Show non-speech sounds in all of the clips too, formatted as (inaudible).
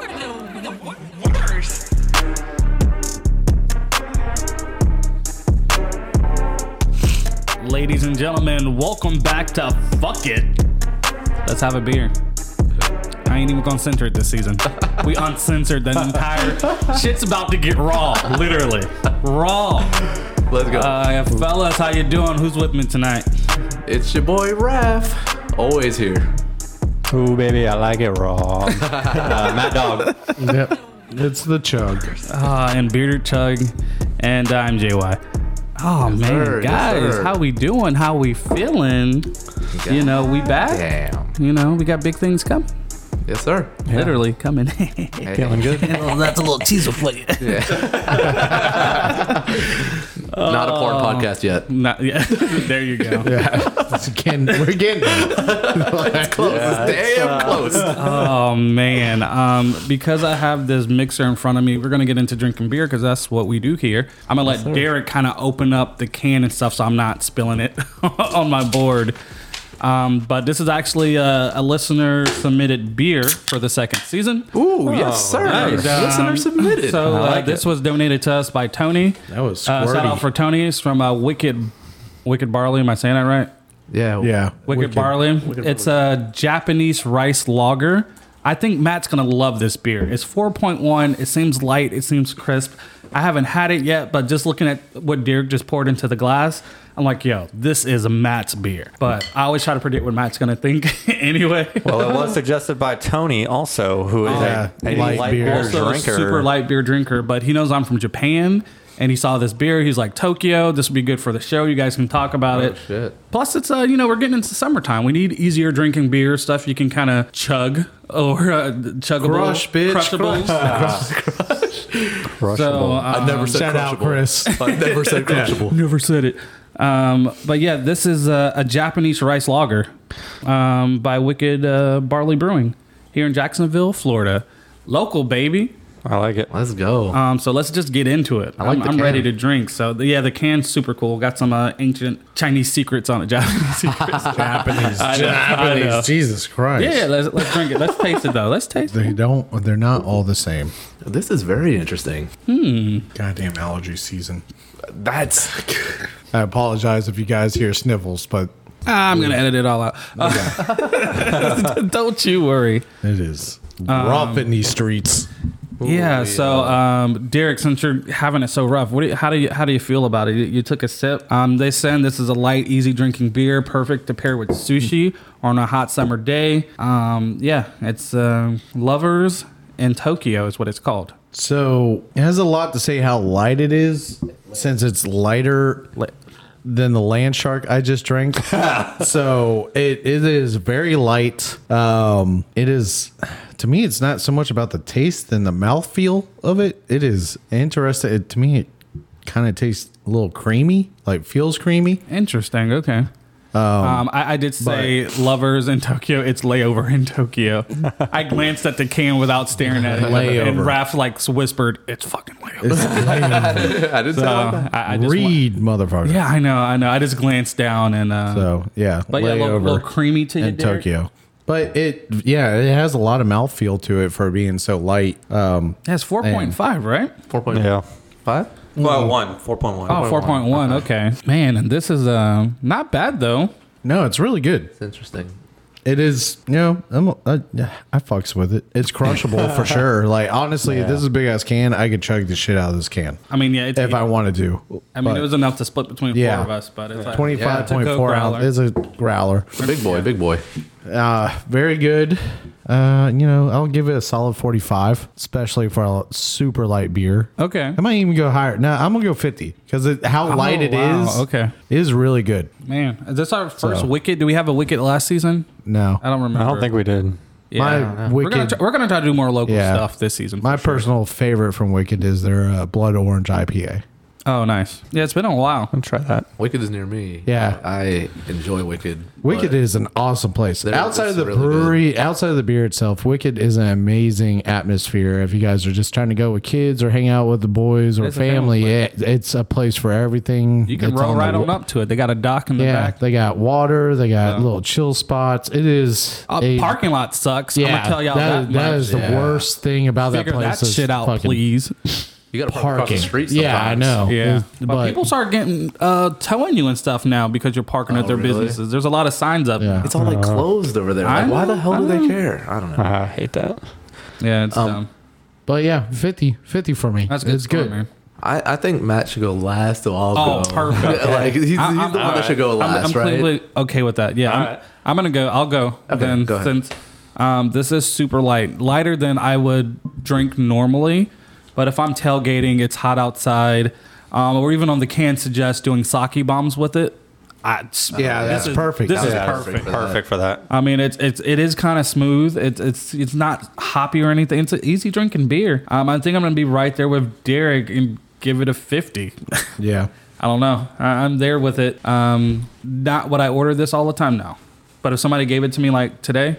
the wor- worst. Ladies and gentlemen, welcome back to Fuck It. Let's have a beer. I ain't even gonna censor it this season. We uncensored the entire shit's about to get raw, literally. Raw. Let's go. Uh fellas, how you doing? Who's with me tonight? it's your boy Raph. Always here. Ooh, baby, I like it raw. uh, Mad Dog. Yep. It's the chug. Uh and Bearded Chug and I'm JY. Oh man, sir, yes, guys, sir. how we doing? How we feeling? You know, we back. Damn. You know, we got big things coming. Yes, sir. Literally coming. (laughs) Hey. Feeling good? that's a little teaser for you. Yeah. (laughs) Not a porn podcast yet. Not, yeah. (laughs) there you go. It's again, we're getting it. Close. Damn close. Oh man, um, because I have this mixer in front of me, we're gonna get into drinking beer because that's what we do here. I'm gonna let Derek kind of open up the can and stuff, so I'm not spilling it (laughs) on my board. Um, but this is actually uh, a, a listener submitted beer for the second season. Ooh, yes, sir. Nice. Listener Um, submitted. So I uh, like this it. was donated to us by Tony. That was uh, shout out squirty. for Tony. It's from uh, Wicked Wicked Barley. Am I saying that right? Yeah. Yeah. Wicked, Barley. it's a Japanese rice lager. I think Matt's gonna love this beer. It's 4.1. It seems light. It seems crisp. I haven't had it yet, but just looking at what Derek just poured into the glass, I'm like, yo, this is Matt's beer. But I always try to predict what Matt's gonna think (laughs) anyway. Well, it was suggested by Tony also, who is Yeah, a, a light light, beer. beer also a drinker. super light beer drinker, but he knows I'm from Japan and he saw this beer. He's like, Tokyo, this would be good for the show. You guys can talk about it. Oh, shit. Plus, it's, uh, you know, we're getting into summertime. We need easier drinking beer, stuff you can kind of chug or uh, chuggable. Crush, bitch, Crushables. (laughs) So, uh, I never said Shout out, crushable. (laughs) (laughs) Chris. I never said crushable. Never said it. Um, but yeah, this is a, a Japanese rice lager um, by Wicked uh, Barley Brewing here in Jacksonville, Florida. Local, baby. I like it. Let's go. Um, so let's just get into it. I like am the I'm can. ready to drink. So the, yeah, the can's super cool. Got some uh, ancient Chinese secrets on it, Japanese (laughs) (laughs) secrets. Japanese. I know, I know. Japanese. Jesus Christ. yeah, let's, let's drink it. Let's taste it though. Let's taste it. They don't, they're not all the same. this is very interesting. Goddamn allergy season. That's I apologize if you guys hear sniffles, (laughs) but Ah, I'm gonna edit it all out. (laughs) Don't you worry. it is Um, rough in these streets. yeah. So, um, Derek, since you're having it so rough, what do you, how do you how do you feel about it? You, you took a sip. Um, they said this is a light, easy drinking beer, perfect to pair with sushi on a hot summer day. Um, yeah, it's um lovers in Tokyo is what it's called. So it has a lot to say how light it is, since it's lighter Lit. than the land shark I just (laughs) drank. so it, it is very light. Um, it is to me, it's not so much about the taste than the mouthfeel of it. It is interesting. It, to me, it kind of tastes a little creamy, like feels creamy. Interesting. Okay. Um, I, I did say lovers in Tokyo. It's layover in (laughs) Tokyo. I glanced at the can without staring at it. And Layover. Raph like whispered, "It's fucking layover." (laughs) I didn't So, say it like (laughs) that. I, I just wa- Read, motherfucker. yeah, I know. I know. I just glanced down and uh, So yeah, but yeah, a little, layover. little creamy to you, in Derek. Tokyo. But it, yeah, it has a lot of mouthfeel to it for being so light. Um, That's four point five, right? Four point Yeah. five. Well, one. 4.1. Oh, 4.1. Okay, man, and this is uh, not bad though. no, it's really good. It's interesting. It is, you know, I'm, I, I fucks with it. It's crushable (laughs) for sure. Like honestly, if this is a big ass can. I could chug the shit out of this can I mean, yeah, it's, if I wanted to. I mean, it was enough to split between the Yeah. four of us, but it's like, twenty five point Yeah, it's a four good ounce growler. is a growler. Big boy, big boy. Uh, very good. Uh, you know, I'll give it a solid forty five, especially for a super light beer. Okay, Oh, I might even go higher. No, I'm gonna go fifty because how light it is wow, okay. is really good. man, is this our first So- wicket? Do we have a wicket last season? No, I don't remember. I don't think we did. Yeah. My We're gonna, Wicked- try, we're gonna try to do more local Yeah. stuff this season. My personal favorite from Wicked is their uh, Blood Orange IPA. Oh, nice. Yeah, it's been a while. I'll try that. Wicked is near me. Yeah. I enjoy Wicked. Wicked but is an awesome place. They're- Outside of it's the really good. brewery, outside of the beer itself, Wicked is an amazing atmosphere. If you guys are just trying to go with kids or hang out with the boys or It's a family, family it, it's a place for everything. You can It's roll the right wa- on up to it. They got a dock in the Yeah, back. they got water. They got little chill spots. It is Uh, a- parking lot sucks. I'm Yeah, gonna tell y'all that. that- that much. is the Yeah. worst thing about that Figure that, place. is shit out, fucking please. You got to park Parking. across the street. yeah, I sometimes. know. Yeah, It's- but, people start getting uh, towing you and stuff now because you're parking at their really? businesses. There's a lot of signs up. Yeah. It's all like closed over there. I Like, why the know, hell I do they know. care? I don't know. I hate that. yeah, it's dumb. But yeah, 50, 50 for me. That's a good. It's score, good. man. I, I think Matt should go last to all. Oh, go. perfect. (laughs) like he's, he's I- the I'm- one that should go I'm- last, I'm, right? completely okay with that. Yeah, I'm, Alright. I'm gonna go. I'll go. Okay, then go ahead. since um, this is super light, lighter than I would drink normally, but if I'm tailgating, it's hot outside, um, or even on the can suggest doing sake bombs with it. I, Yeah, this that's is- perfect. This is Yeah, that's perfect. Perfect for that. I mean, it's it's it is kind of smooth. It's it's it's not hoppy or anything. It's an easy drinking beer. Um, I think I'm gonna be right there with Derek and give it a fifty. Yeah. I don't know. I, I'm there with it. Um, not what I order this all the time now, but if somebody gave it to me like today,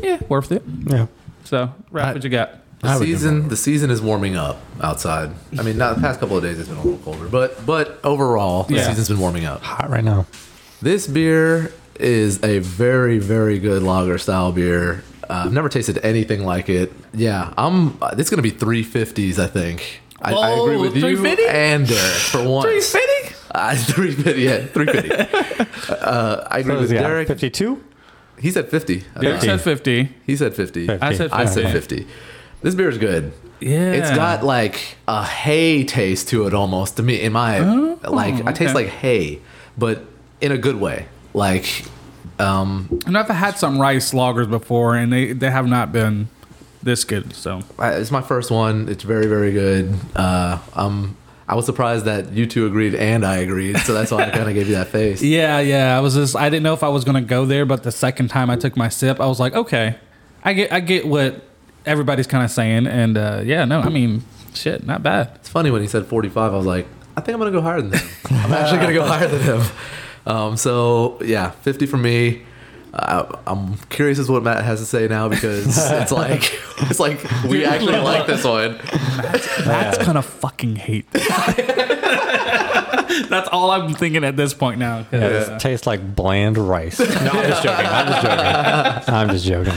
yeah, worth it. Yeah. So, Raph, I- what you got? I The would give season the season is warming up outside. I mean, not the past couple of days it's been a little colder, but but overall the Yeah. season's been warming up. Hot right now. This beer is a very very good lager style beer. Uh, I've never tasted anything like it. Yeah, I'm. uh, It's gonna be three fifties, I think. I, I agree Whoa, with you 350? and Derek for once. (laughs) Uh, three fifty, yeah, three (laughs) fifty. Uh, I agree with Derek. 52? He said fifty. I Derek think. said fifty. He said fifty. I said I fifty. said fifty. This beer is good. Yeah, It's got like a hay taste to it almost to me in my like I Oh, okay. taste like hay, but in a good way. Like um And I've had some rice loggers before, and they they have not been this good. So, I, it's my first one. It's very very good. Uh um I was surprised that you two agreed and I agreed, so that's why I kind of gave you that face. Yeah, yeah. I was just I didn't know if I was gonna go there, but the second time I took my sip, I was like, okay, I get I get what everybody's kind of saying, and uh, yeah, no, I mean, shit, not bad. It's funny when he said 45, I was like, I think I'm going to go higher than him. I'm actually going to go higher than him. Um, so, yeah, 50 for me. Uh, I'm curious as what Matt has to say now because it's like it's like we actually like this one. That's gonna fucking hate. this. (laughs) That's all I'm thinking at this point now. 'cause, Yeah, uh, This tastes like bland rice. No, I'm just joking. I'm just (laughs) joking. I'm just joking.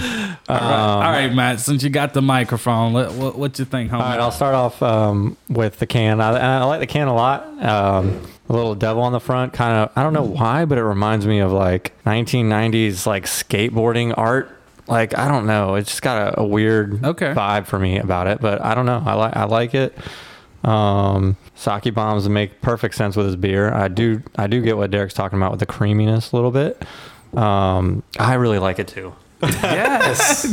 all right, Matt. Since you got the microphone, let, what what you think, homie? All right, I'll start off um, with the can. I, I like the can a lot. Um, a little devil on the front, kind of. I don't know why, but it reminds me of like 1990s like skateboarding art. Like I don't know, it's just got a, a weird Okay. vibe for me about it. But I don't know. I like I like it. Um, sake bombs make perfect sense with his beer. I do I do get what Derek's talking about with the creaminess a little bit. Um, I really like it too. (laughs) Uh, Yes,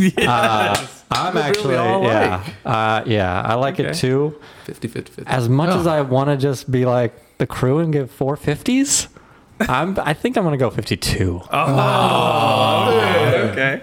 I'm We really actually all yeah uh, yeah I like it Okay. too. 50, 50, 50. as much as I want to just be like the crew and give 450s, I'm I think I'm going to go 52. okay,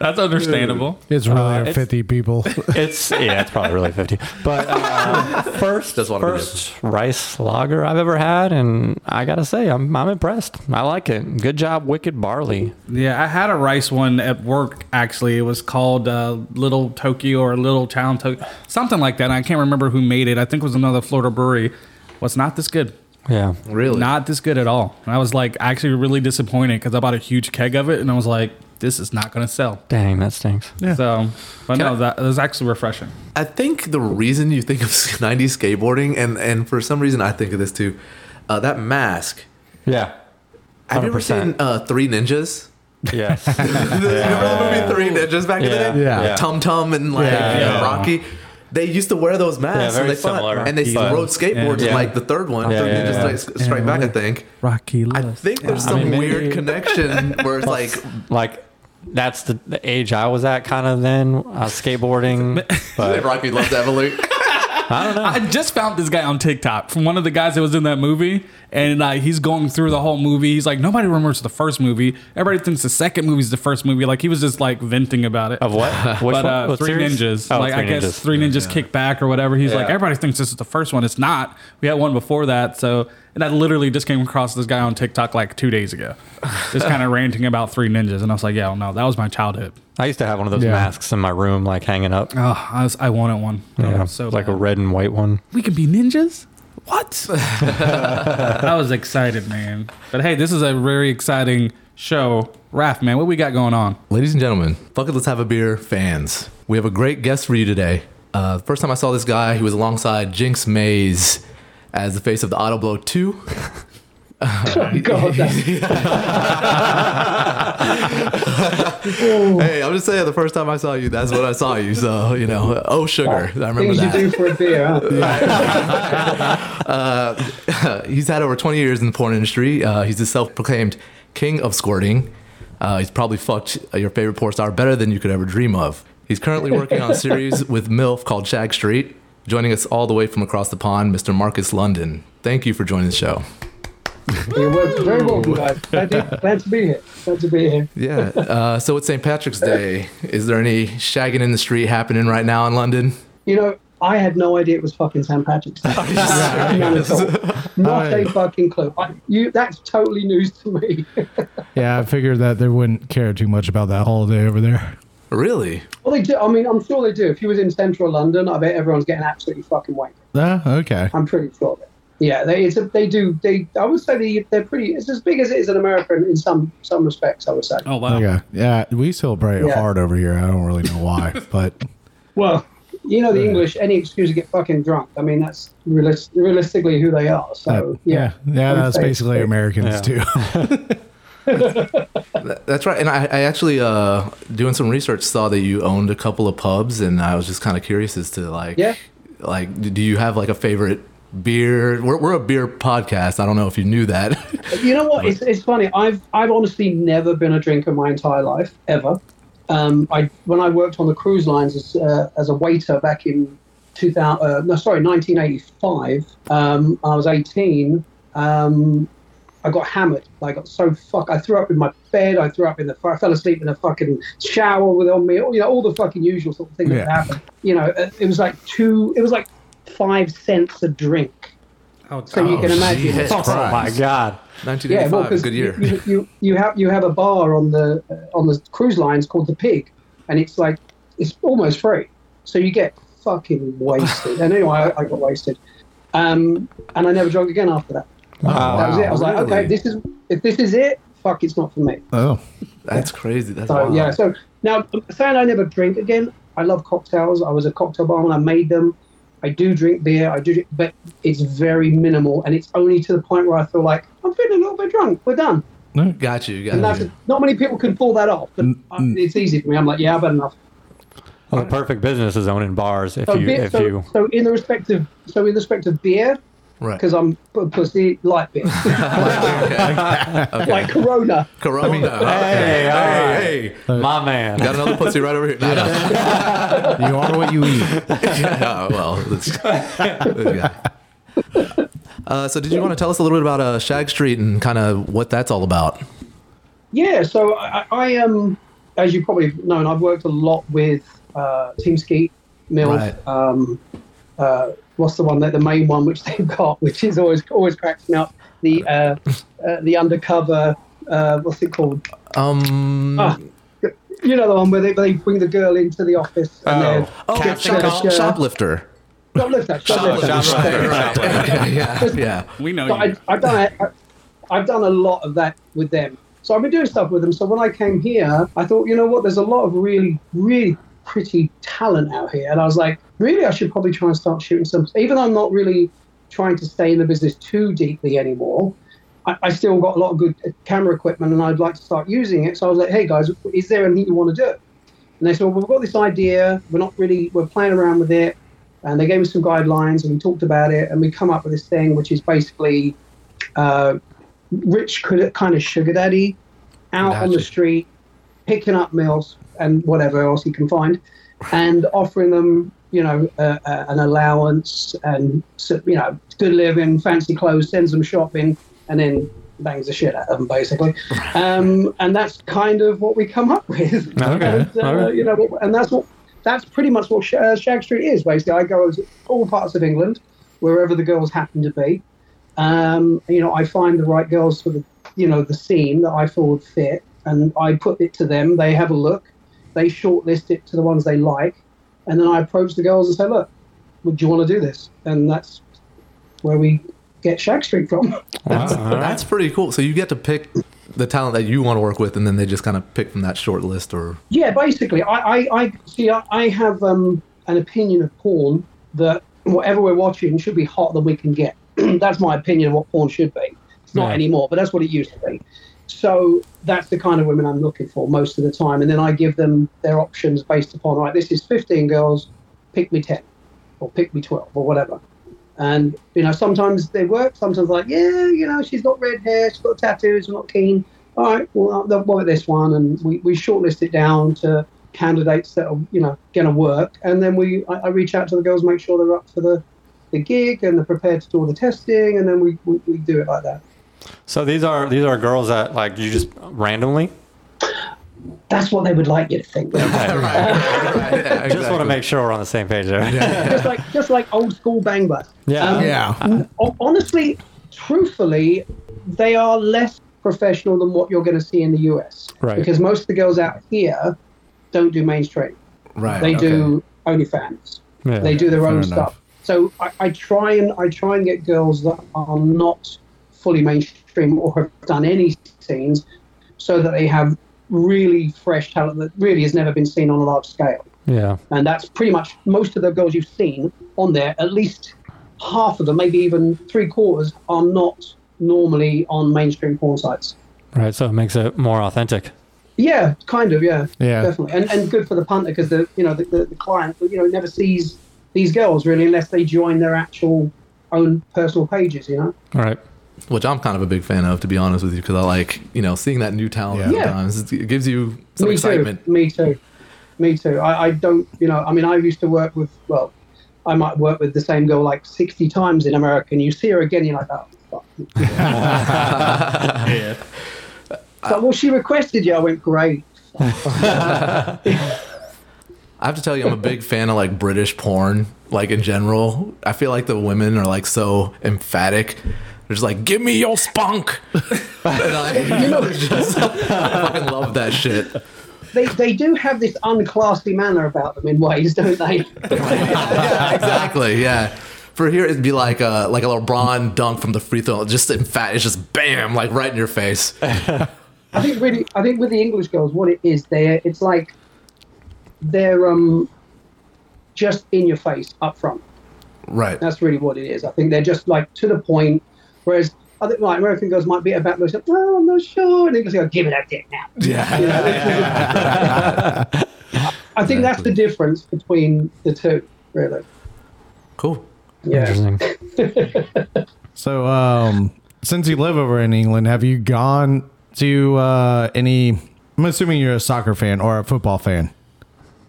that's understandable. Uh, It's really at it's- 50 (laughs) people. (laughs) It's yeah, it's probably really 50. But uh, first That's what I'm first rice lager I've ever had and I got to say I'm I'm impressed. I like it. Good job Wicked Barley. Yeah, I had a rice one at work. Actually, it was called uh, Little Tokyo or Little Town Tokyo, something like that. And I can't remember who made it. I think it was another Florida brewery. Was not this good. Yeah. really Not this good at all. And I was like actually really disappointed because I bought a huge keg of it and I was like, this is not going to sell. Dang, that stinks. So, but Can no, I- that was actually refreshing. I think the reason you think of (laughs) 90s skateboarding, and and for some reason I think of this too, uh, that mask. Yeah. Have you ever 100%. seen uh, Three Ninjas? Yes. the, the movie Three Ninjas back in the day? Yeah. Yeah. Tum Tum and like Yeah, yeah. Rocky. They used to wear those masks Yeah, and very they fought, similar. and they Rocky. rode skateboards Yeah. in like the third one. Yeah, Third yeah, Ninja yeah. Strike, Strike Back, I think. Rocky I think there's some mean, maybe- weird connection where (laughs) it's like, (laughs) like that's the, the age I was at kind of then. I was uh, skateboarding. but Rocky loves Evelyn. I just found this guy on TikTok from one of the guys that was in that movie, and like he's going through the whole movie. He's like, nobody remembers the first movie. Everybody thinks the second movie is the first movie. Like he was just like venting about it. Of what? Which but one? uh, What three series? ninjas, Oh, like Three I guess Ninjas. three ninjas kick back or whatever. He's like, Yeah. everybody thinks this is the first one. It's not. We had one before that. So, and I literally just came across this guy on TikTok like two days ago, (laughs) just kind of ranting about three ninjas, and I was like, yeah, no, that was my childhood. I used to have one of those Yeah. masks in my room, like hanging up. Oh, I, was, I wanted one. Yeah, so like a bad. red and white one. we can be ninjas. (laughs) What? I was excited, man. But hey, this is a very exciting show. Raph, man, what we got going on? Ladies and gentlemen, fucking let's have a beer fans. We have a great guest for you today. Uh, first time I saw this guy, he was alongside Jinx Maze as the face of the Auto Blow 2. (laughs) God, that's (laughs) Hey, I'm just saying, the first time I saw you, that's when I saw you. So, you know, oh, sugar. I remember things that. you do for a beer. Huh? he's had over 20 years in the porn industry. Uh, he's the self-proclaimed king of squirting. Uh, he's probably fucked your favorite porn star better than you could ever dream of. He's currently working on a series with MILF called Shag Street. Joining us all the way from across the pond, Mr. Marcus London. Thank you for joining the show. You're wel- very welcome, guys. Glad, to- glad to be here. Glad to be here. Yeah. Uh, so it's St. Patrick's Day. Is there any shagging in the street happening right now in London? You know, I had no idea it was fucking St. Patrick's Day. None at all. Not a Alright. fucking clue. I, you, that's totally news to me. (laughs) Yeah, I figured that they wouldn't care too much about that holiday over there. Really? well, they do. I mean, I'm sure they do. If you was in central London, I bet everyone's getting absolutely fucking wank. Ah, okay. I'm pretty sure of it. Yeah, they it's a, they do. They I would say they they're pretty. It's as big as it is in America in some some respects. I would say. Oh wow, Okay. Yeah, we celebrate Yeah. hard over here. I don't really know (laughs) why, but Well, you know the English. Any excuse to get fucking drunk. I mean, that's realis- realistically who they are. So yeah, Uh, yeah, yeah, that's basically Americans Yeah. too. (laughs) That's right. And I, I actually, uh, doing some research, saw that you owned a couple of pubs, and I was just kind of curious as to like, Yeah. like, d- do you have like a favorite beer? We're, we're a beer podcast. I don't know if you knew that. You know what? It's, it's funny. I've I've honestly never been a drinker my entire life ever. Um, I when I worked on the cruise lines as uh, as a waiter back in 2000. Uh, no, sorry, 1985. Um, I was 18. Um, I got hammered. I got so fuck. I threw up in my bed. I threw up in the. I fell asleep in a fucking shower with on me. You know all the fucking usual sort of things that Yeah. happen. You know, it, it was like two. It was like five cents a drink. Oh, So you can (laughs) imagine. Jesus Fuck. Oh my Christ. god! Yeah, 1985, well, because good year. You, you, you have you have a bar on the uh, on the cruise lines called the Pig, and it's like it's almost free, so you get fucking wasted. and anyway, I, I got wasted, um, and I never drank again after that. Oh, Uh, that was it. I was like, really? okay, this is if this is it, fuck, it's not for me. Oh, (laughs) That's crazy. That's So wild. yeah, so now saying I never drink again, I love cocktails. I was a cocktail barman. I made them. I do drink beer. I do, drink, but it's very minimal, and it's only to the point where I feel like I'm feeling a little bit drunk. We're done. got you. Got And that's you. not many people can pull that off, but uh, it's easy for me. I'm like, yeah, I've had enough. Well, the perfect business is owning bars. If So, you, beer, if so, you, so in the respect of so in respect of beer, Right. (laughs) because I'm p- pussy (laughs) light beer, (laughs) like Corona. Corona. hey, all right. hey, hey. my man. (laughs) Got another pussy right over here. No, no. you are what you eat. (laughs) yeah, well, that's, (laughs) yeah. Uh, so, did you want to tell us a little bit about uh, Shag Street and kind of what that's all about? Yeah, so I, I am, um, as you probably know, and I've worked a lot with uh, Team Skeet, Mills. Right. Um, uh, what's the one that the main one which (laughs) they've got, which is always always cracks me up. The uh, uh, the undercover, uh, what's it called? Um, Ah, you know the one where they, they bring the girl into the office and they're oh, they're- shop- they're- shoplifter. (laughs) shoplifter, shoplifter. yeah, yeah. we know But I, you. I've done a, I've done a lot of that with them. So I've been doing stuff with them. So when I came here, I thought, you know what? There's a lot of really, really pretty talent out here, and I was like, really, I should probably try and start shooting some. Even though I'm not really trying to stay in the business too deeply anymore. I, I still got a lot of good camera equipment, and I'd like to start using it. So I was like, hey guys, is there anything you want to do? And they said, well, we've got this idea. We're not really, we're playing around with it. And they gave me some guidelines and we talked about it. And we come up with this thing, which is basically uh, rich could- kind of sugar daddy out on Gotcha. the street, picking up meals and whatever else he can find, and offering them you know, uh, uh, an allowance and, so- you know, good living, fancy clothes, sends them shopping, and then bangs the shit out of them, basically. Um, and that's kind of what we come up (laughs) with. Okay. And, uh, Alright. You know, and that's what that's pretty much what Sh- uh, Shag Street is, basically. I go to all parts of England, wherever the girls happen to be. Um, you know, I find the right girls for the, you know, the scene that I feel would fit, and I put it to them. They have a look, they shortlist it to the ones they like, and then I approach the girls and say, "Look, would you want to do this?" And that's where we get Shag Street from. (laughs) That's, Wow, all right. that's pretty cool. So you get to pick the talent that you want to work with, and then they just kind of pick from that short list. (laughs) Or Yeah, basically, I, I, I see. I, I have um, an opinion of porn that whatever we're watching should be hotter than we can get. (clears throat) that's my opinion of what porn should be. It's not Yeah. anymore, but that's what it used to be. So that's the kind of women I'm looking for most of the time, and then I give them their options based upon right. This is 15 girls, pick me 10, or pick me 12, or whatever. And you know, sometimes they work. Sometimes like, yeah, you know, she's got red hair, she's got tattoos, I'm not keen. All right, well, they'll work this one, and we, we shortlist it down to candidates that are you know going to work, and then we I, I reach out to the girls, make sure they're up for the the gig and they're prepared to do all the testing, and then we, we, we do it like that. So these are these are girls that like you just randomly. That's what they would like you to think. Just want to make sure we're on the same page there. just like just like old school bang bus. (laughs) Yeah. Um, Yeah. Ho- honestly, truthfully, they are less professional than what you're going to see in the US. Right. Because most of the girls out here don't do mainstream. right. They okay. do OnlyFans. Yeah. They do their fair own enough. stuff. So I, I try and I try and get girls that are not fully mainstream or have done any scenes, so that they have really fresh talent that really has never been seen on a large scale Yeah. and that's pretty much most of the girls you've seen on there. At least half of them, maybe even three quarters, are not normally on mainstream porn sites. Right. So it makes it more authentic. Yeah, kind of. Yeah, Yeah. definitely. And and good for the punter because the you know the, the, the client you know never sees these girls really unless they join their actual own personal pages. You know. All right. which I'm kind of a big fan of, to be honest with you, because I like you know seeing that new talent. Yeah. Yeah. Sometimes it gives you some excitement. Too. Me too. Me too. I, I don't, you know, I mean, I used to work with, well, I might work with the same girl like 60 times in America, and you see her again, you're like, oh, (laughs) fuck. (laughs) Yeah. So, well, she requested you. I went, great. I have to tell you, I'm a big fan of like British porn, like in general. I feel like the women are like so emphatic. They're just like, "Give me your spunk," and I, (laughs) just, I fucking love that shit. They, they do have this unclassy manner about them in ways, (laughs) don't they? yeah, exactly. Yeah. For here, it'd be like a like a LeBron dunk from the free throw, just in fat. It's just bam, like right in your face. I think really, I think with the English girls, what it is, they it's like they're um just in your face up front. Right. That's really what it is. I think they're just like to the point. Whereas I think like American girls might be about those. Oh, I'm not sure. And English go, give it up, dick now. Yeah. I think that's the difference between the two, really. Cool. Yeah. Interesting. So, um, since you live over in England, have you gone to uh, any? I'm assuming you're a soccer fan or a football fan.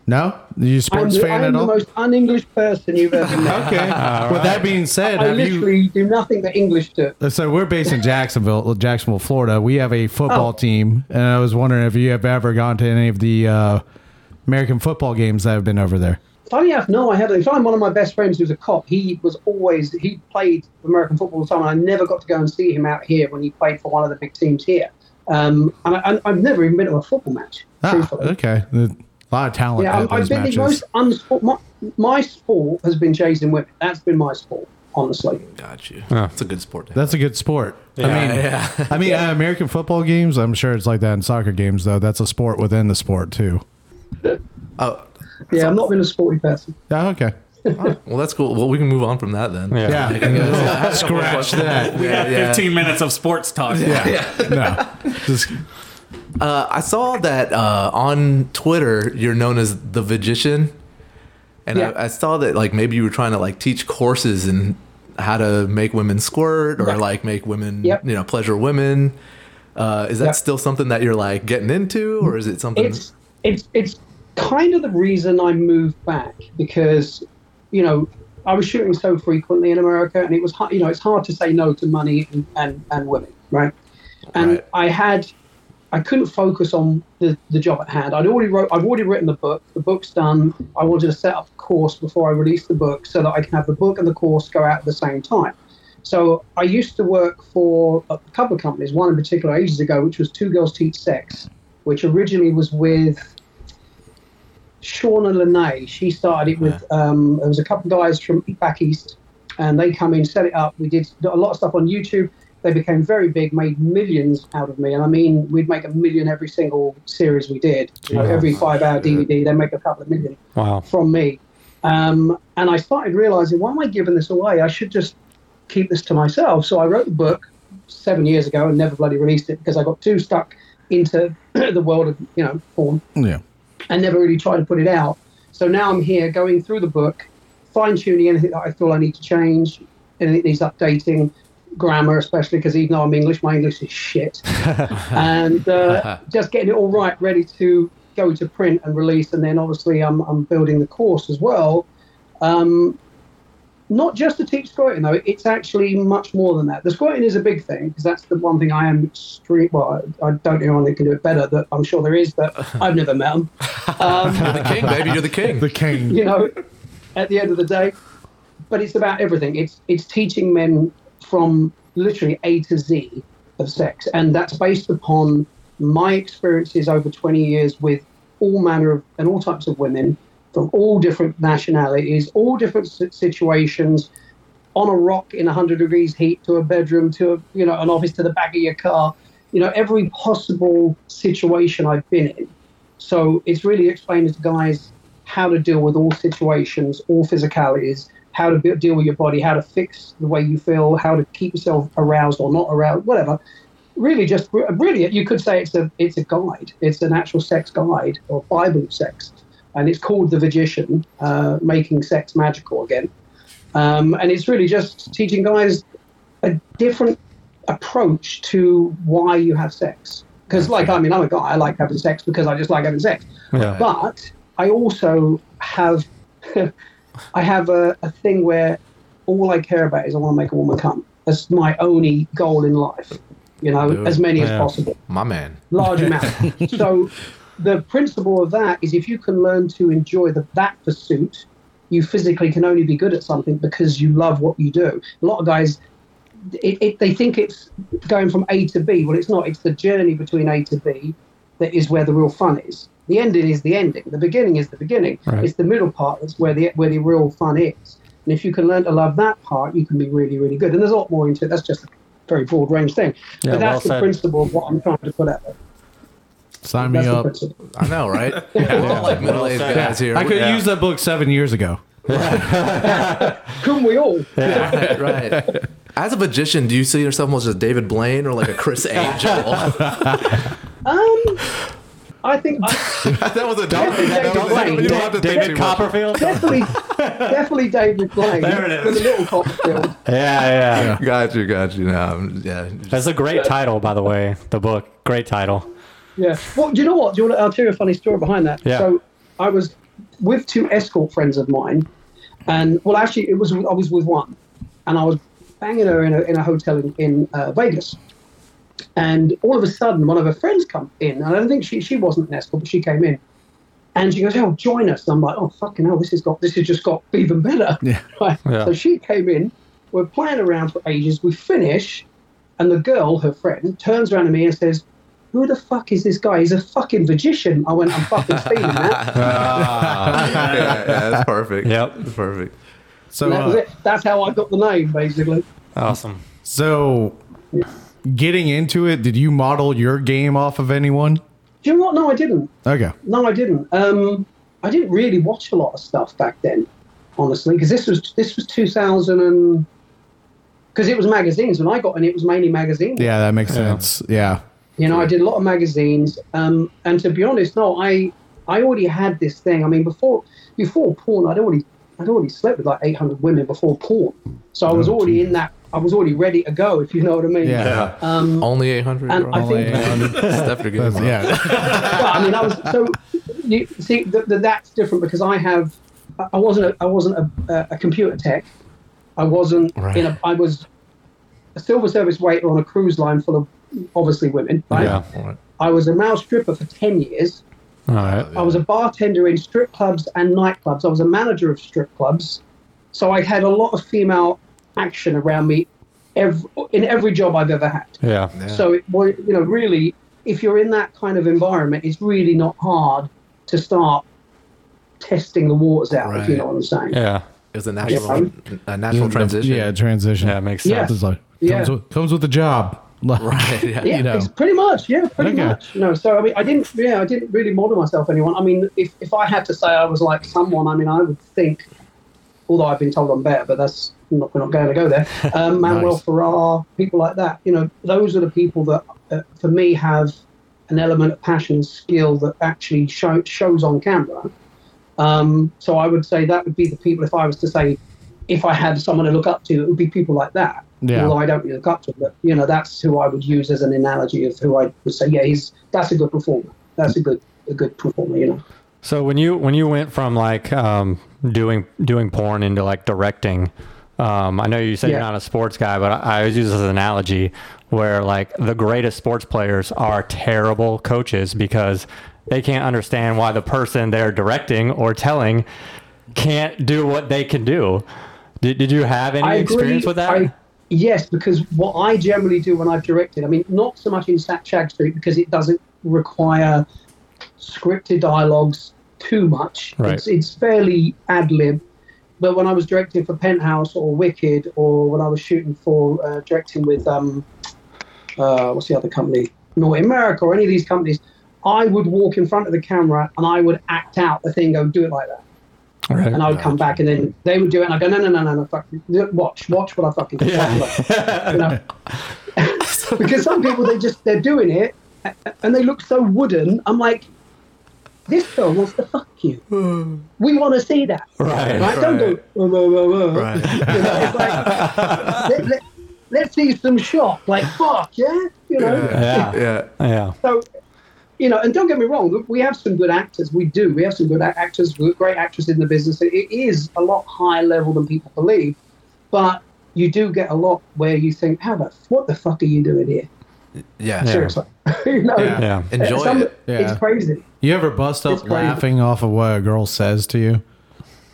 No, you I'm sports the, fan I'm at the all? most un-English person you've (laughs) ever met. okay. (laughs) With that being said, I have you? literally do nothing that English do. So we're based in Jacksonville, Jacksonville, Florida. We have a football Oh. team, and I was wondering if you have ever gone to any of the uh, American football games that have been over there. Funny enough, no, I haven't. In fact, one of my best friends who's a cop, he was always, he played American football all the time, and I never got to go and see him out here when he played for one of the big teams here. Um, and I, and I've never even been to a football match, Ah, truthfully. okay, a lot of talent Yeah, at I've, I've those been the matches. most unsport. My, my sport has been chasing women. That's been my sport, honestly. Got you. It's a good sport. To have. That's a good sport. I mean, yeah. (laughs) I mean, uh, American football games. I'm sure it's like that in soccer games, though. That's a sport within the sport too. Oh, Yeah, I've not been a sporty person. Yeah, okay. well, that's cool. Well, we can move on from that then. Yeah. Yeah, (laughs) scratch that. We got yeah. 15 minutes of sports talk. (laughs) Yeah. (laughs) No, just Uh, I saw that uh, on Twitter, you're known as the Vagician, and Yeah. I, I saw that like maybe you were trying to like teach courses in how to make women squirt or Yeah. like make women, Yep. you know, pleasure women. Uh, is that Yep. still something that you're like getting into, Mm-hmm. or is it something? it's it's it's kind of the reason I moved back because you know, I was shooting so frequently in America, and it was hard, you know it's hard to say no to money and and, and women, right? And Right. I had, I couldn't focus on the, the job at hand. I'd already wrote, I've already written the book. The book's done. I wanted to set up a course before I release the book so that I can have the book and the course go out at the same time. So I used to work for a couple of companies, one in particular ages ago, which was Two Girls Teach Sex, which originally was with Shauna Lene. She started it with, um, there was a couple of guys from back east, and they come in, set it up. We did a lot of stuff on YouTube. They became very big, made millions out of me. And I mean, we'd make a million every single series we did. You know, every five hour DVD, they make a couple of million Wow. from me. Um, and I started realizing, why am I giving this away? I should just keep this to myself. So I wrote the book seven years ago and never bloody released it because I got too stuck into (clears throat) the world of, you know, porn Yeah. and never really tried to put it out. So now I'm here going through the book, fine tuning anything that I feel I need to change, anything that needs updating, grammar especially, because even though I'm English, my English is shit. and uh, just getting it all right, ready to go to print and release. And then obviously I'm, I'm building the course as well. Um, not just to teach squirting though, it's actually much more than that. The squirting is a big thing because that's the one thing I am extreme. Well, I, I don't know anyone that can do it better. That I'm sure there is, but I've never met them. Um, You're the king, baby. You're (laughs) the king. The king. (laughs) you know, at the end of the day, but it's about everything. It's it's teaching men from literally A to Z of sex, and that's based upon my experiences over 20 years with all manner of and all types of women from all different nationalities, all different si- situations, on a rock in 100 degrees heat to a bedroom to a, you know an office to the back of your car you know every possible situation i've been in so it's really explaining to guys how to deal with all situations all physicalities how to be- deal with your body how to fix the way you feel how to keep yourself aroused or not aroused whatever really just really you could say it's a it's a guide it's an actual sex guide or bible of sex and it's called the Vagician, uh, making sex magical again um, and it's really just teaching guys a different approach to why you have sex. Because, like, I mean, I'm a guy. I like having sex because I just like having sex. Yeah. But I also have, (laughs) I have a, a thing where all I care about is I want to make a woman come. That's my only goal in life. You know, Dude. as many as Yeah. possible My man. (laughs) large amount. so the principle of that is if you can learn to enjoy the, that pursuit, you physically can only be good at something because you love what you do. A lot of guys, it, it, they think it's going from A to B. Well, it's not. It's the journey between A to B that is where the real fun is. The ending is the ending. The beginning is the beginning. Right. It's the middle part that's where the where the real fun is. And if you can learn to love that part, you can be really, really good. And there's a lot more into it. That's just a very broad range thing. Yeah, but well that's the said. principle of what I'm trying to put out there. Sign me That's the up. principle. I know, (laughs) right? We're all like middle aged said. guys here. I could Yeah. have used that book seven years ago. Couldn't we all? right, (laughs) right. As a magician, do you see yourself most as David Blaine or like a (laughs) Chris Angel? (laughs) that Um, I think (laughs) I, was a dumb. David that was- Blaine. you don't have to think too much. David Copperfield? yeah, definitely, definitely David Blaine. There it is. With a little Copperfield. yeah. Got you, got you. No, yeah. That's a great title, by the way. The book. Great title. Yeah. Well, do you know what? Do you want to, I'll tell you a funny story behind that. Yeah. So I was with two escort friends of mine, and well, actually, it was I was with one, and I was banging her in a, in a hotel in, in uh, Vegas. And all of a sudden, one of her friends come in, and I don't think she she wasn't an escort, but she came in, and she goes, "Oh, join us." And I'm like, "Oh, fucking hell, this has got this has just got even better." Yeah. (laughs) Right? (laughs) Yeah. So she came in. We're playing around for ages. We finish, and the girl, her friend, turns around to me and says, "Who the fuck is this guy? He's a fucking magician." I went, "I'm fucking stealing that." yeah, yeah, that's perfect. Yep. That's perfect. So And that was uh, it. That's how I got the name, basically. Awesome. so getting into it, did you model your game off of anyone? Do you know what? No, I didn't. Okay. No, I didn't. Um, I didn't really watch a lot of stuff back then, honestly, because this was this was 2000 and because it was magazines when I got in. It was mainly magazines. Yeah, that makes sense. Yeah. You know, I did a lot of magazines, um, and to be honest, no, I I already had this thing. I mean, before before porn, I'd already I'd already slept with like 800 women before porn, so I was already in that. I was already ready to go, if you know what I mean. (laughs) Yeah. Only 800. And bro. Um, I think- Steph, you're getting Yeah. Well, I mean, I was so. You see, th- th- that's different because I have I- I wasn't a, I wasn't a, a, a computer tech. I wasn't Right. in a. I was a silver service waiter on a cruise line full of obviously women. Right? Yeah. I was a male stripper for ten years. All right. I was a bartender in strip clubs and nightclubs. I was a manager of strip clubs, so I had a lot of female action around me, ev in every job I've ever had. Yeah. So, it, well, you know, really, if you're in that kind of environment, it's really not hard to start testing the waters out, if you Right. know what I'm saying. Yeah. It was a natural, Yeah. a natural transition. Yeah, transition. Yeah, it makes Yeah. sense. It's like, comes, Yeah. with, comes with the job. (laughs) Right. Yeah. Yeah, you know. it's pretty much. Yeah, pretty Okay. much. No, so I mean, I didn't. Yeah, I didn't really model myself anyone. I mean, if, if I had to say I was like someone, I mean, I would think, although I've been told I'm better, but that's not, we're not going to (laughs) go there. Um, Manuel Ferrar, people like that. You know, those are the people that, uh, for me, have an element of passion, and skill that actually show, shows on camera. Um, so I would say that would be the people. If I was to say, if I had someone to look up to, it would be people like that. Yeah. Although I don't really look up to them, but you know, that's who I would use as an analogy of who I would say, yeah, he's that's a good performer. That's a good a good performer. You know. So when you when you went from like um, doing doing porn into like directing, um, I know you said you're Yeah. not a sports guy, but I, I always use this as an analogy where like the greatest sports players are terrible coaches because they can't understand why the person they're directing or telling can't do what they can do. Did, did you have any I agree. experience with that? I, yes, because what I generally do when I've directed, I mean, not so much in Sat Shag Street because it doesn't require scripted dialogues too much. Right. It's, it's fairly ad lib. But when I was directing for Penthouse or Wicked, or when I was shooting for uh, directing with um, uh, what's the other company, Naughty America, or any of these companies, I would walk in front of the camera and I would act out the thing, go do it like that Right. and I would come back, and then they would do it, and I go, no, no, no, no, no, fuck, watch, watch what I fucking do. You (laughs) know? (laughs) because some people they just they're doing it, and they look so wooden. I'm like, this girl wants to fuck you. We want to see that. Right, Don't go. "Oh, "Whoa, whoa, whoa, whoa." Right. (laughs) You know, it's like, let, let, let's see some shot. Like fuck, yeah, you know. Yeah. Yeah. yeah. So, you know, and don't get me wrong, we have some good actors. We do. We have some good a- actors, good- great actors in the business. It- It is a lot higher level than people believe, but you do get a lot where you think, "How the f- what the fuck are you doing here?" Yeah. Seriously, (laughs) you know, Yeah. Yeah. Enjoy some- it. Yeah. It's crazy. You ever bust up It's crazy. laughing off of what a girl says to you?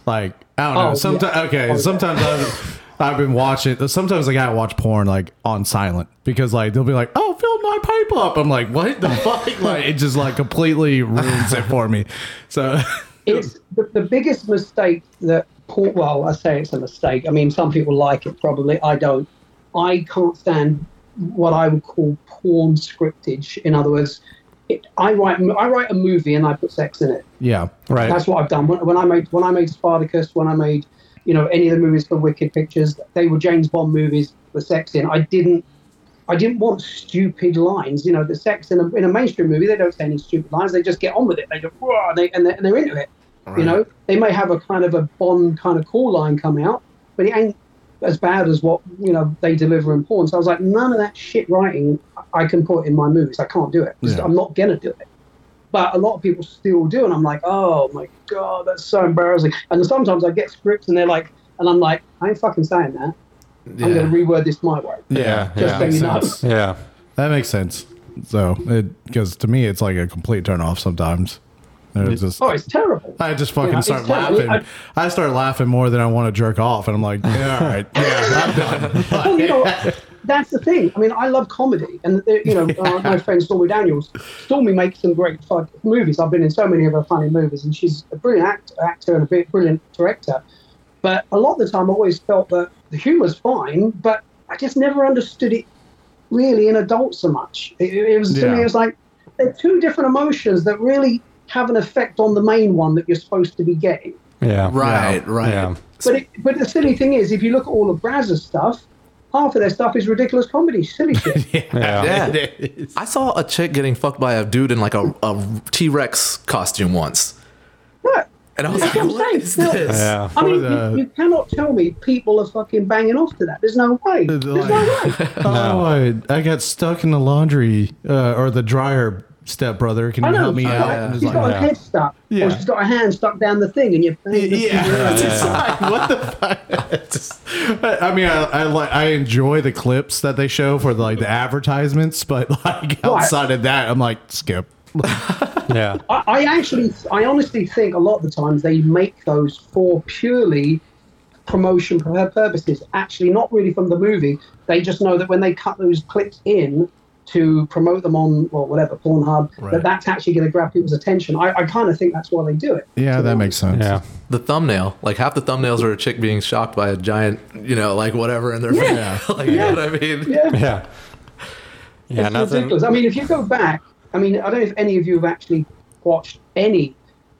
Like I don't Oh, know. Sometimes yeah. okay. Oh, yeah. sometimes I've, I've been watching. Sometimes I gotta watch porn like on silent because like they'll be like, "Oh, fill my pipe up." I'm like, "What the (laughs) fuck?" Like it just like completely ruins it for me. So (laughs) It's the, the biggest mistake that porn. Well, I say it's a mistake. I mean, some people like it, probably. I don't. I can't stand what I would call porn scriptage. In other words, it, I write I write a movie and I put sex in it. yeah, Right. That's what I've done. When, when I made when I made Spartacus, when I made you know any of the movies for Wicked Pictures, they were James Bond movies with sex in. I didn't I didn't want stupid lines. You know, the sex in a, in a mainstream movie, they don't say any stupid lines. They just get on with it. They go "Whoa," and they and, they, and they're into it. You know, they may have a kind of a Bond kind of call line come out, but it ain't as bad as what you know they deliver in porn. So I was like, none of that shit writing I can put in my movies. I can't do it. Just- Yeah. I'm not gonna do it but a lot of people still do and i'm like oh my god that's so embarrassing and sometimes i get scripts and they're like and i'm like i ain't fucking saying that i'm going to reword this my way yeah, just so you know Yeah. that makes sense. So it because to me it's like a complete turn off sometimes. It's just, oh it's terrible I just fucking Yeah, it's start terrible. laughing. I, start laughing more than I want to jerk off, and I'm like, yeah, all right, yeah, I'm done. well, you know, that's the thing. I mean, I love comedy, and uh, you know, uh, my friend Stormy Daniels, Stormy makes some great fun movies. I've been in so many of her funny movies, and she's a brilliant act- actor and a bit brilliant director. But a lot of the time, I always felt that the humor's fine, but I just never understood it really in adults so much. It, it was to me, Yeah. it was like they're two different emotions that really have an effect on the main one that you're supposed to be getting. Yeah. Right. Right. Yeah. But it, but the silly thing is, if you look at all of Brazzers stuff, half of their stuff is ridiculous comedy, silly shit. (laughs) Yeah. Yeah. I saw a chick getting fucked by a dude in like a, a T Rex costume once. Right. And I was That's like, what I'm what saying. is No. this? Yeah. I mean, the- you, you cannot tell me people are fucking banging off to that. There's no way. There's no way. Oh, I, I got stuck in the laundry uh, or the dryer stepbrother. Can I you know. help me out? Like, And (laughs) (laughs) it's she's like, got yeah. her head stuck, Yeah. or she's got her hand stuck down the thing, and you're yeah, It's like, what the fuck? (laughs) It's just- I I mean, I, I like I enjoy the clips that they show for like the advertisements, but (laughs) like outside of that, I'm like skip. yeah. I, I actually, I honestly think a lot of the times they make those for purely promotion for her purposes. Actually, not really from the movie. They just know that when they cut those clips in to promote them on or whatever Pornhub, Right. that that's actually going to grab people's attention. I, I kind of think that's why they do it. Yeah, that makes sense. Yeah. the thumbnail, like half the thumbnails are a chick being shocked by a giant, you know, like whatever in their Yeah. face. (laughs) like you know what I mean. Yeah. (laughs) Yeah. Yeah. It's nothing. ridiculous. I mean, if you go back, I mean, I don't know if any of you have actually watched any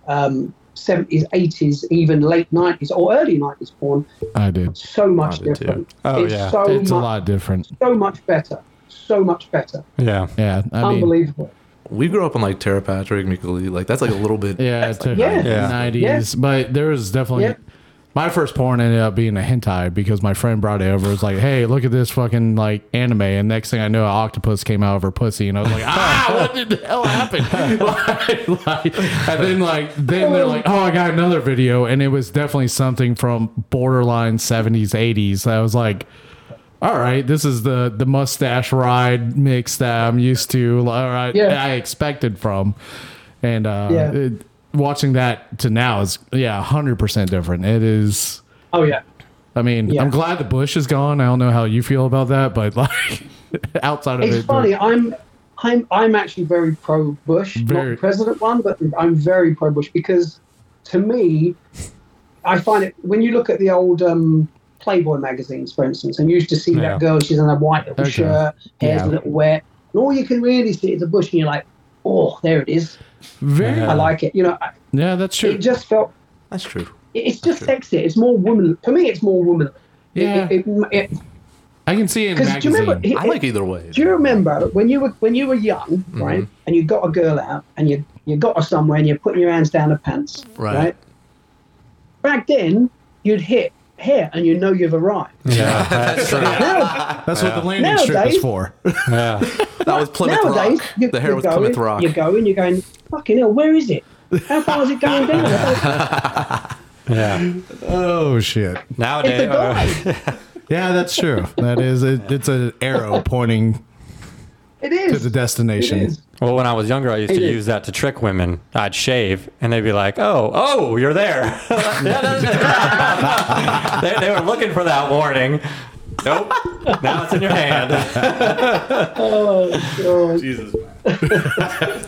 um, 70s, 80s, even late 90s or early 90s porn. I did. So much I did too. different. Oh, it's yeah. so It's a much, lot different. so much better. So much better. Yeah. Yeah, I mean, Unbelievable. We grew up on like Tara Patrick, Mikali, like that's like a little bit. yeah, it took Yeah. the Yeah. 90s, but there was definitely. Yeah. My first porn ended up being a hentai because my friend brought it over. It was like, "Hey, look at this fucking like anime," and next thing I know, an octopus came out of her pussy, and I was like, "Ah, (laughs) what did the hell happen?" like, (laughs) like- and then like, then they're like, "Oh, I got another video," and it was definitely something from borderline seventies, eighties. I was like, all right, this is the the mustache ride mix that I'm used to. All right, Yeah. I expected from, and uh, Yeah. it- watching that to now is yeah, hundred percent different. It is. Oh, yeah. I mean, Yeah. I'm glad the bush is gone. I don't know how you feel about that, but (laughs) like outside of It's it, funny. I'm. I'm, I'm actually very pro Bush, Very. not President one, but I'm very pro Bush because to me, I find it when you look at the old um, Playboy magazines, for instance, and you used to see Yeah. that girl, she's in a white little Okay. shirt, hair's Yeah. a little wet, and all you can really see is a bush, and you're like, oh, there it is. very I like it. You know, I- yeah, that's true. it just felt That's true. it- it's just sexy. It's more woman. For me, it's more woman. Yeah. It, it, it, I can see it in 'cause do you magazine. remember? I it- like either way. do you remember when you were when you were young, Mm-hmm. right? And you got a girl out, and you you got her somewhere, and you're putting your hands down her pants, Right. right? Back then, you'd hit here, and you know you've arrived. Yeah. That's true. Now, that's what the landing strip Nowadays- is for. Yeah. That was Plymouth nowadays, Rock. you, the hair you're was going, Plymouth Rock. You're going, you're going. Fucking hell, where is it? How far is it (laughs) going down? It's Yeah. Oh shit! a Nowadays. uh, guy. Yeah, that's true. That is it, it's an arrow pointing It to is. the (laughs) It destination. is. Well, when I was younger, I used to It is. use that to trick women. I'd shave, and they'd be like, "Oh, oh, you're there." (laughs) Yeah, no, no, (laughs) no. they, they were looking for that warning. Nope. Now it's in your hand. Oh, God. Jesus. (laughs)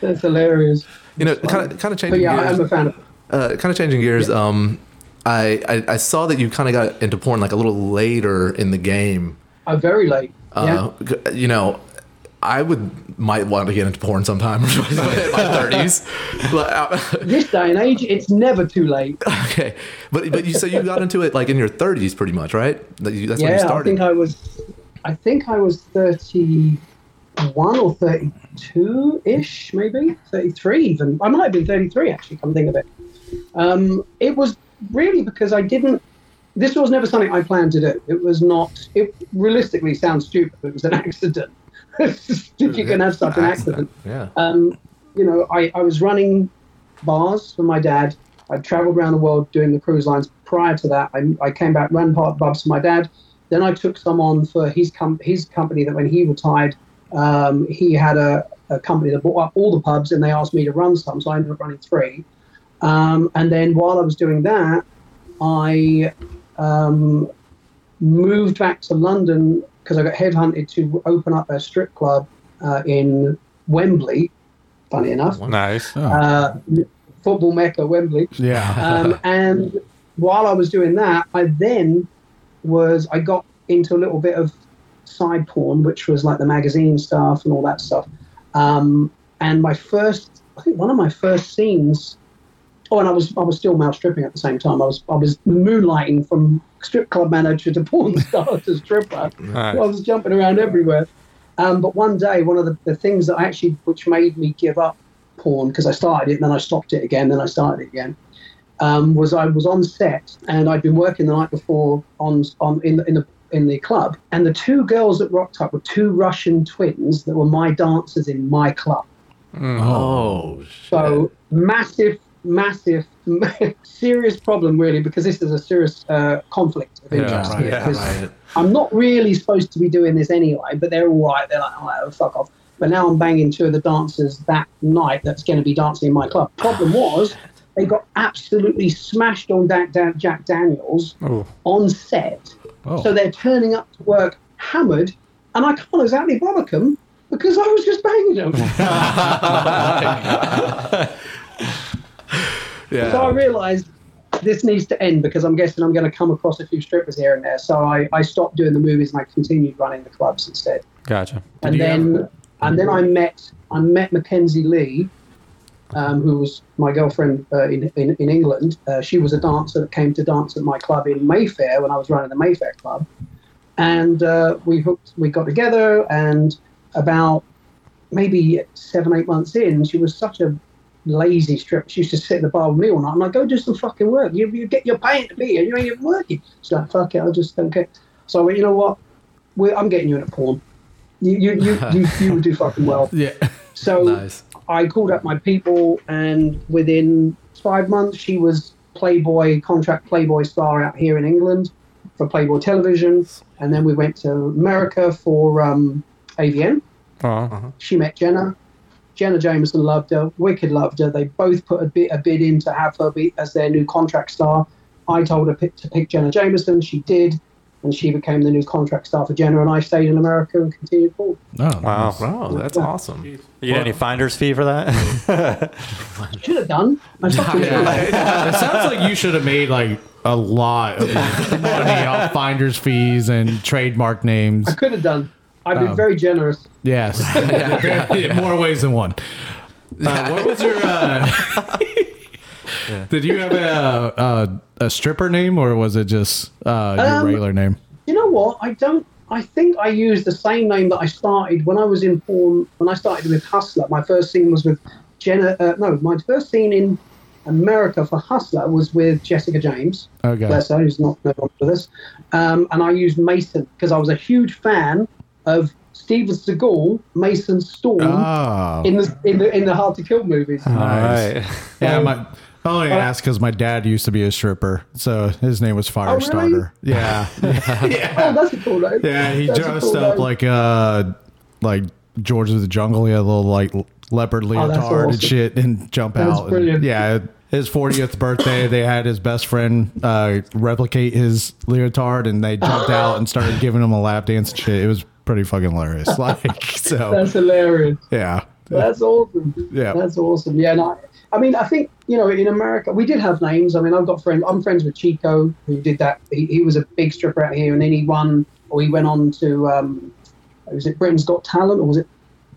that's hilarious. you know, kind of kind of But changing yeah, I- gears. I'm a fan of. uh, kind of changing gears. Um, I, I I saw that you kind of got into porn like a little later in the game. I'm very late. Uh, g- You know, I would might want to get into porn sometime (laughs) in my thirties. (laughs) yeah. This day and age, it's never too late. okay, but but you so you got into it like in your thirties, pretty much, right? That you- That's when you yeah, I started. think I was, I think I was thirty-one or thirty-two-ish, maybe thirty-three even. I might have been thirty-three actually. Come to think of it, um, it was really because I didn't. This was never something I planned to do. It was not. It realistically sounds stupid. But it was an (laughs) accident. Did you can have such an accident? yeah. um, you know, I, I was running bars for my dad. I traveled around the world doing the cruise lines. Prior to that, I, I came back, ran part pubs for my dad. Then I took some on for his, com- his company that when he retired, um, he had a, a company that bought up all the pubs and they asked me to run some. So I ended up running three. Um, and then while I was doing that, I um, moved back to London because I got headhunted to open up a strip club uh, in Wembley, funny enough, Nice. uh, football mecca Wembley. Oh, Yeah. Um, and while I was doing that, I then was I got into a little bit of side porn, which was like the magazine stuff and all that stuff. Um, and my first, I think one of my first scenes. Oh, and I was I was still male stripping at the same time. I was I was moonlighting from strip club manager to porn (laughs) star to stripper. Nice. I was jumping around everywhere. Um, but one day, one of the, the things that I actually, which made me give up porn, because I started it, and then I stopped it again, then I started it again, um, was I was on set and I'd been working the night before on on in in the in the club, and the two girls that rocked up were two Russian twins that were my dancers in my club. Oh, So massive, massive, (laughs) serious problem really because this is a serious uh, conflict of interest. right, here, yeah, 'cause right. I'm not really supposed to be doing this anyway, but they're all right. They're like, oh, fuck off. But now I'm banging two of the dancers that night that's going to be dancing in my club. Problem was, they got absolutely smashed on Da- Da- Jack Daniels on set. So they're turning up to work hammered, and I can't exactly bollock them because I was just banging them. yeah. So I realised this needs to end because I'm guessing I'm going to come across a few strippers here and there. So I, I stopped doing the movies and I continued running the clubs instead. Gotcha. And then and then I met I met Mackenzie Lee, um, who was my girlfriend uh, in, in in England. Uh, she was a dancer that came to dance at my club in Mayfair when I was running the Mayfair club, and uh, we hooked we got together and about maybe seven eight months in, she was such a lazy strip. She used to sit in the bar with me all night. I'm like, go do some fucking work. You, you get your paying to be here. You ain't even working. She's like, fuck it, I just don't care. So I went, you know what? We're, I'm getting you in a porn. You you you, you, you would do fucking well. (laughs) Yeah. So Nice. I called up my people, and within five months, she was Playboy contract Playboy star out here in England for Playboy Television, and then we went to America for um, AVN. Oh, She met Jenna. Jenna Jameson loved her. Wicked loved her. They both put a bit a bid in to have her be as their new contract star. I told her pick, to pick Jenna Jameson. She did, and she became the new contract star for Jenna. And I stayed in America and continued forward. Oh, wow. Wow, that's awesome. You get any finder's fee for that? Should have done. I fucking should (laughs) have. It sounds like you should have made like a lot of money off finder's fees and trademark names. I could have done. I've Oh. been very generous. Yes, (laughs) In more ways than one. Uh, what was your? Uh, (laughs) Did you have a, a a stripper name or was it just uh, your Um, regular name? You know what? I don't. I think I used the same name that I started when I was in porn. When I started with Hustler, my first scene was with Jenna. Uh, no, my first scene in America for Hustler was with Jessica James. Okay. bless her, who's not no longer with us. Um, and I used Mason because I was a huge fan of Steven Seagal, Mason Storm Oh, in the in the in the Hard to Kill movies. (laughs) All right. yeah. My, I only asked because my dad used to be a stripper, so his name was Firestarter. Yeah, Oh, that's a cool name. Yeah, he That's a dressed cool up name. like uh like George of the Jungle. He had a little like leopard leotard Oh, awesome. and shit and jump out. and- brilliant. yeah. His 40th birthday, they had his best friend uh, replicate his leotard, and they jumped out and started giving him a lap dance and shit. It was pretty fucking hilarious. (laughs) Like, so (laughs) That's hilarious. yeah, That's awesome. Yeah. that's awesome. Yeah, and I, I mean, I think you know, in America, we did have names. I mean, I've got friends. I'm friends with Chico, who did that. He, he was a big stripper out here, and then he won, or he went on to, um, was it Britain's Got Talent, or was it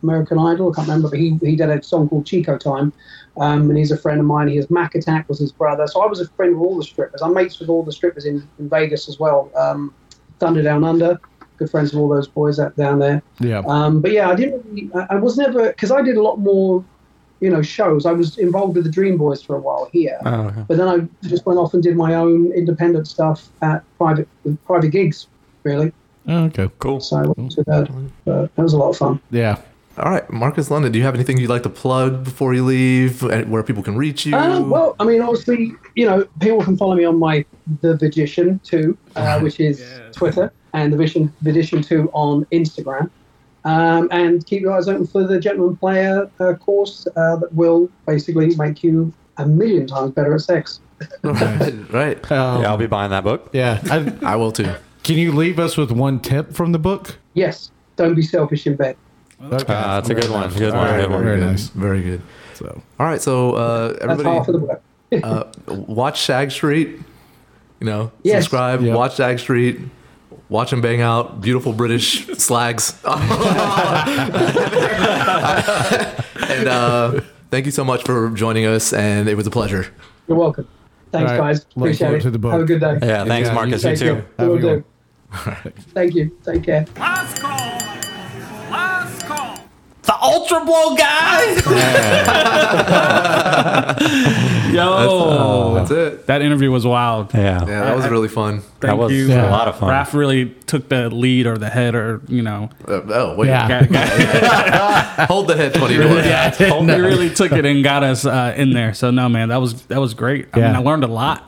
American Idol? I can't remember. But he he did a song called Chico Time, um, and he's a friend of mine. He has Mac Attack was his brother, so I was a friend with all the strippers. I'm mates with all the strippers in, in Vegas as well. Um, Thunder Down Under, good friends with all those boys out down there. yeah. Um, but yeah, I didn't. Really, I, I was never because I did a lot more, you know, shows. I was involved with the Dream Boys for a while here, Oh, okay. but then I just went off and did my own independent stuff at private with private gigs, really. Oh, okay. Cool. So I went to that. But that was a lot of fun. Yeah. All right, Marcus London, do you have anything you'd like to plug before you leave, and where people can reach you? Um, Uh, well, I mean, obviously, you know, people can follow me on my The Vidician too, (laughs) uh, which is Twitter, and The Vision Vidician two on Instagram. Um, and keep your eyes open for the Gentleman Player uh, course uh, that will basically make you a million times better at sex. (laughs) right, right. Um, Yeah, yeah. I'll be buying that book. I, I will too. can you leave us with one tip from the book? Yes, don't be selfish in bed. Okay. Uh, that's a good one. Good All one. right, Good one. very good. nice. Very good. so. All right, so uh, That's half of everybody the work. uh, watch Shag Street. You know, Yes. subscribe, Yep. watch Shag Street, watch him bang out beautiful British (laughs) slags. and uh, thank you so much for joining us, and it was a pleasure. You're welcome. Thanks, All right, guys. look Appreciate forward it. to the book. Have a good day. Yeah, thanks, Yeah, you Marcus. You Thank too. you. Have a Will good one. do. Thank you. Take care. Last call. Last call. The ultra blow guy. Yo, That's it. that interview was wild. Yeah. Yeah, that was really fun. Thank was you. a lot of fun. Raph really took the lead or the head or you (laughs) know, Uh, oh wait, Yeah. got, got, (laughs) hold the head twenty. yeah. he really took it and got us uh, in there. So no, man, that was that was great. I mean, Yeah. I learned a lot.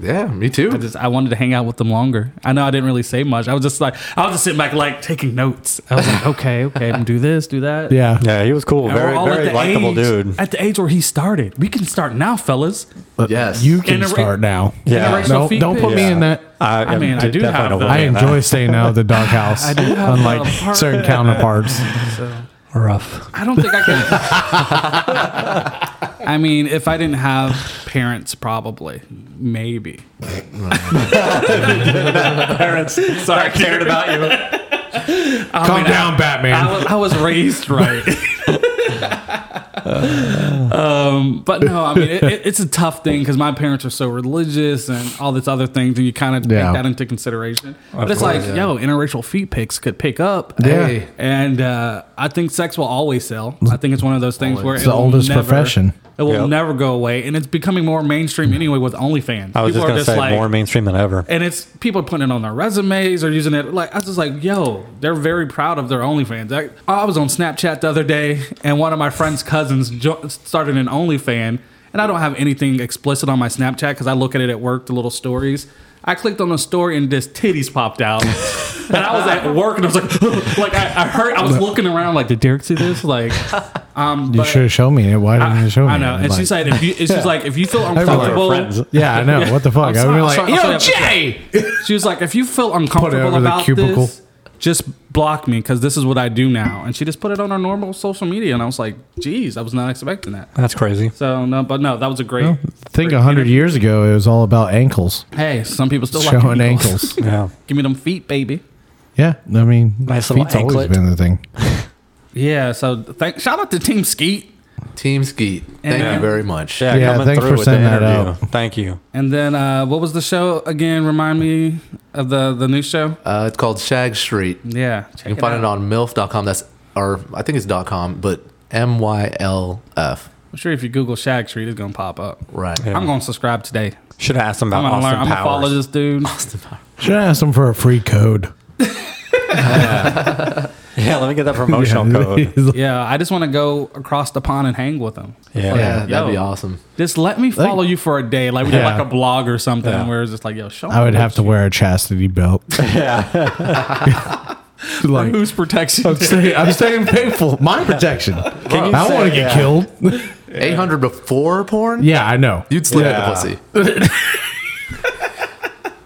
yeah, me too. I just I wanted to hang out with them longer. I know I didn't really say much. I was just like I was just sitting back like taking notes. I was like, okay, okay, I'm do this, do that. Yeah. (laughs) Yeah, he was cool. And we're Very, all at very the likable age- dude. At the age where he started, we can start now, fellas. yes, You can Genera- start now. Yeah. Generational No, feet don't put me pics. in that. I, I mean, I do definitely have don't those. blame I him. enjoy staying out of the (laughs) doghouse, do have unlike a part- certain (laughs) counterparts. rough. I don't think I can. (laughs) I mean, if I didn't have parents, probably, (laughs) maybe. parents, sorry, cared about you. Calm down, Batman. I was, I was (laughs) raised right. um, but no, I mean, it, it, it's a tough thing because my parents are so religious and all this other things, and you kind of Yeah. take that into consideration. but it's like, yo, interracial feet pics could pick up. Yeah. And uh, I think sex will always sell. I think it's one of those things where it's the oldest profession. Mm. It will Yep. never go away, and it's becoming more mainstream anyway with OnlyFans. I was just gonna say more mainstream than ever. and it's people putting it on their resumes or using it. Like I was just like, yo, they're very proud of their OnlyFans. I, I was on Snapchat the other day, and one of my friend's cousins jo- started an OnlyFan, and I don't have anything explicit on my Snapchat because I look at it at work, the little stories. I clicked on a story and just titties popped out, and I was at work and I was like, (laughs) like I, I heard, I was looking around like, did Derek see this? Like, um, You but should have shown me it. Why didn't you show me? I know. it? And Like, she said, if you, she's like, if you feel like, uncomfortable, friends. "Yeah, I know. (laughs) What the fuck?" I would be sorry, like, sorry, "Yo, I'm sorry, Jay!" She was like, if you feel uncomfortable over the about cubicle. this, just block me because this is what I do now. And she just put it on her normal social media, and I was like, geez, I was not expecting that. That's crazy. So no, but no, that was a great. I think a hundred years ago it was all about ankles, Hey, some people still like showing them ankles. Yeah. (laughs) Give me them feet, baby. Yeah, I mean, Nice little feet's always anklet. been the thing. Yeah. So thank, shout out to Team Skeet, Team Skeet. Thank Yeah. you very much. Yeah, Yeah, coming thanks through for with the sending that interview. out. Thank you. and then uh, what was the show again? Remind me of the the new show. Uh, it's called Shag Street. You Yeah, check can find it on milf.com. That's or I think it's dot .com, but M Y L F. I'm sure if you Google Shag Street, it's gonna pop up. Right. I'm gonna subscribe today. Should have asked him I'm about gonna Austin learn. I'm gonna follow Powers. this (laughs) dude. Should I ask them for a free code? (laughs) yeah, let me get (laughs) that promotional code. He's like, Yeah, I just want to go across the pond and hang with him. Yeah. Yeah, that'd be Yo. awesome. Just let me follow you for a day, like we did Yeah. like a blog or something, Yeah. where it's just like, yo, (laughs) show. I me would what have to you- wear a chastity belt. Yeah. (laughs) like, Whose protection? (laughs) I'm staying, I'm staying faithful. My protection. you I don't say- want to get yeah. killed. 800 before porn? Yeah, I know. You'd slip Yeah. at the pussy.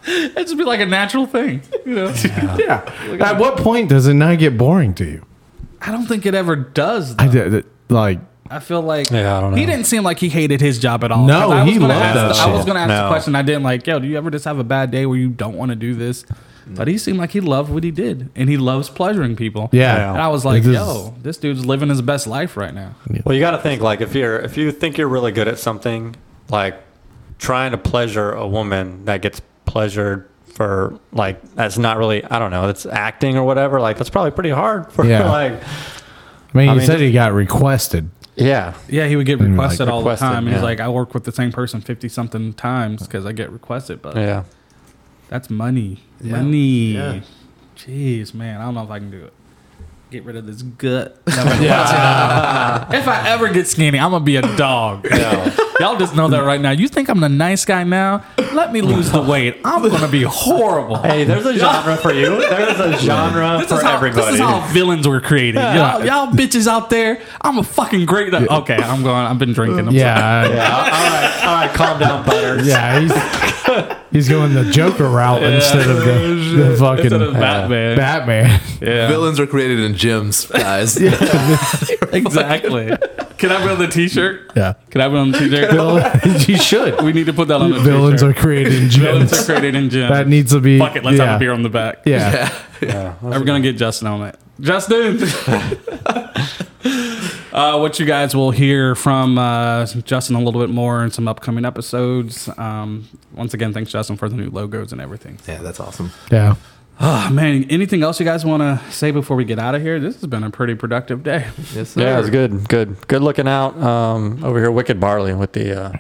It'd just be like a natural thing, you know. yeah. At what point does it not get boring to you? Uh, I don't think it ever does. Though. I did, it- like, I feel like Yeah, I don't he know. didn't seem like he hated his job at all. No, 'Cause I was he gonna loved ask that the- I was shit. going to ask the No. question. I didn't like, yo, do you ever just have a bad day where you don't want to do this? Mm. But he seemed like he loved what he did, and he loves pleasuring people. yeah. And I was like, This is- yo, this dude's living his best life right now. Well, you got to think like if you're if you think you're really good at something, like trying to pleasure a woman that gets pleasured for like that's not really I don't know that's acting or whatever. Like that's probably pretty hard for Yeah. like I mean, I he mean, said he got requested. yeah Yeah, he would get like, requested all requested, the time. He's yeah. like, I work with the same person fifty something times because I get requested, but yeah. that's money, money. Yeah. Jeez, man, I don't know if I can do it. Get rid of this (laughs) gut. (laughs) if I ever get skinny, I'm gonna be a dog. (coughs) Y'all just know that right now. You think I'm the nice guy now? Let me lose the weight. I'm gonna be horrible. Hey, (laughs) there's a genre for you. There's a genre This (laughs) for is, how, everybody. this is how villains were created. Y'all, y'all bitches out there, I'm a fucking great. Okay, I'm going. I've been drinking. I'm sorry. Yeah. I- yeah, Uh, all right, all right, calm down, butters. Yeah. He's, he's going the Joker route instead of the, the fucking uh, Instead of Batman. Batman. Yeah. Villains are created in gyms, guys. Exactly. Can I build a T-shirt? Yeah. Can I build a T-shirt? Villain- (laughs) you should. we need to put that on the Villains are created in villains are gyms. created in gym. That needs to be. Fuck it. Let's yeah. have a beer on the back. Yeah. We're gonna get Justin on it. (laughs) Justin. Uh, what you guys will hear from uh, Justin a little bit more in some upcoming episodes. Um, once again, thanks Justin for the new logos and everything. yeah, that's awesome. Yeah. Oh, man, anything else you guys want to say before we get out of here? This has been a pretty productive day. Yes, sir. Yeah, it's good. Good. Good looking out um, over here. Wicked barley with the uh,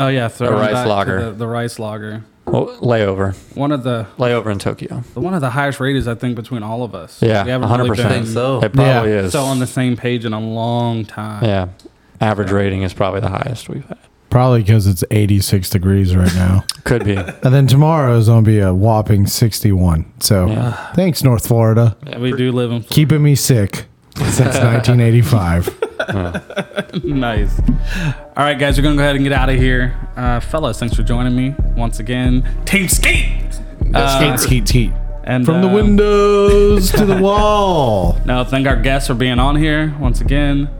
Oh yeah, throw The it rice back to lager. The, the rice lager. oh, layover. One of the Layover in Tokyo. one of the highest ratings I think between all of us. Yeah, we haven't hundred really percent. think been so. It probably is. Oh, so on the same page in a long time. yeah, average rating is probably the highest we've had. Probably because it's 86 degrees right now. Could (laughs) be. and then tomorrow is going to be a whopping 61. So Yeah. thanks, North Florida. we do live in Keeping me sick since 1985. nice. All right, guys, we're gonna go ahead and get out of here, uh, fellas. Thanks for joining me once again. Team Skate. Uh, skeet, skeet. and From the uh, windows to the wall. No, thank our guests for being on here once again.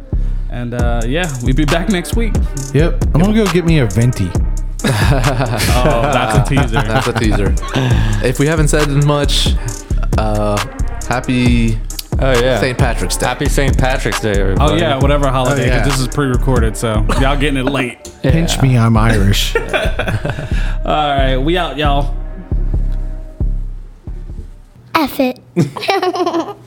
And uh, yeah, we'll be back next week. Yep. I'm going to go get me a venti. (laughs) Oh, that's a teaser. That's a teaser. if we haven't said much, uh, happy (laughs) Oh yeah. St. Patrick's Day. Happy St. Patrick's Day, everybody. Oh yeah, whatever holiday. 'cause yeah. This is pre-recorded, so y'all getting it late. Pinch me, I'm Irish. (laughs) All right, we out, y'all. F it.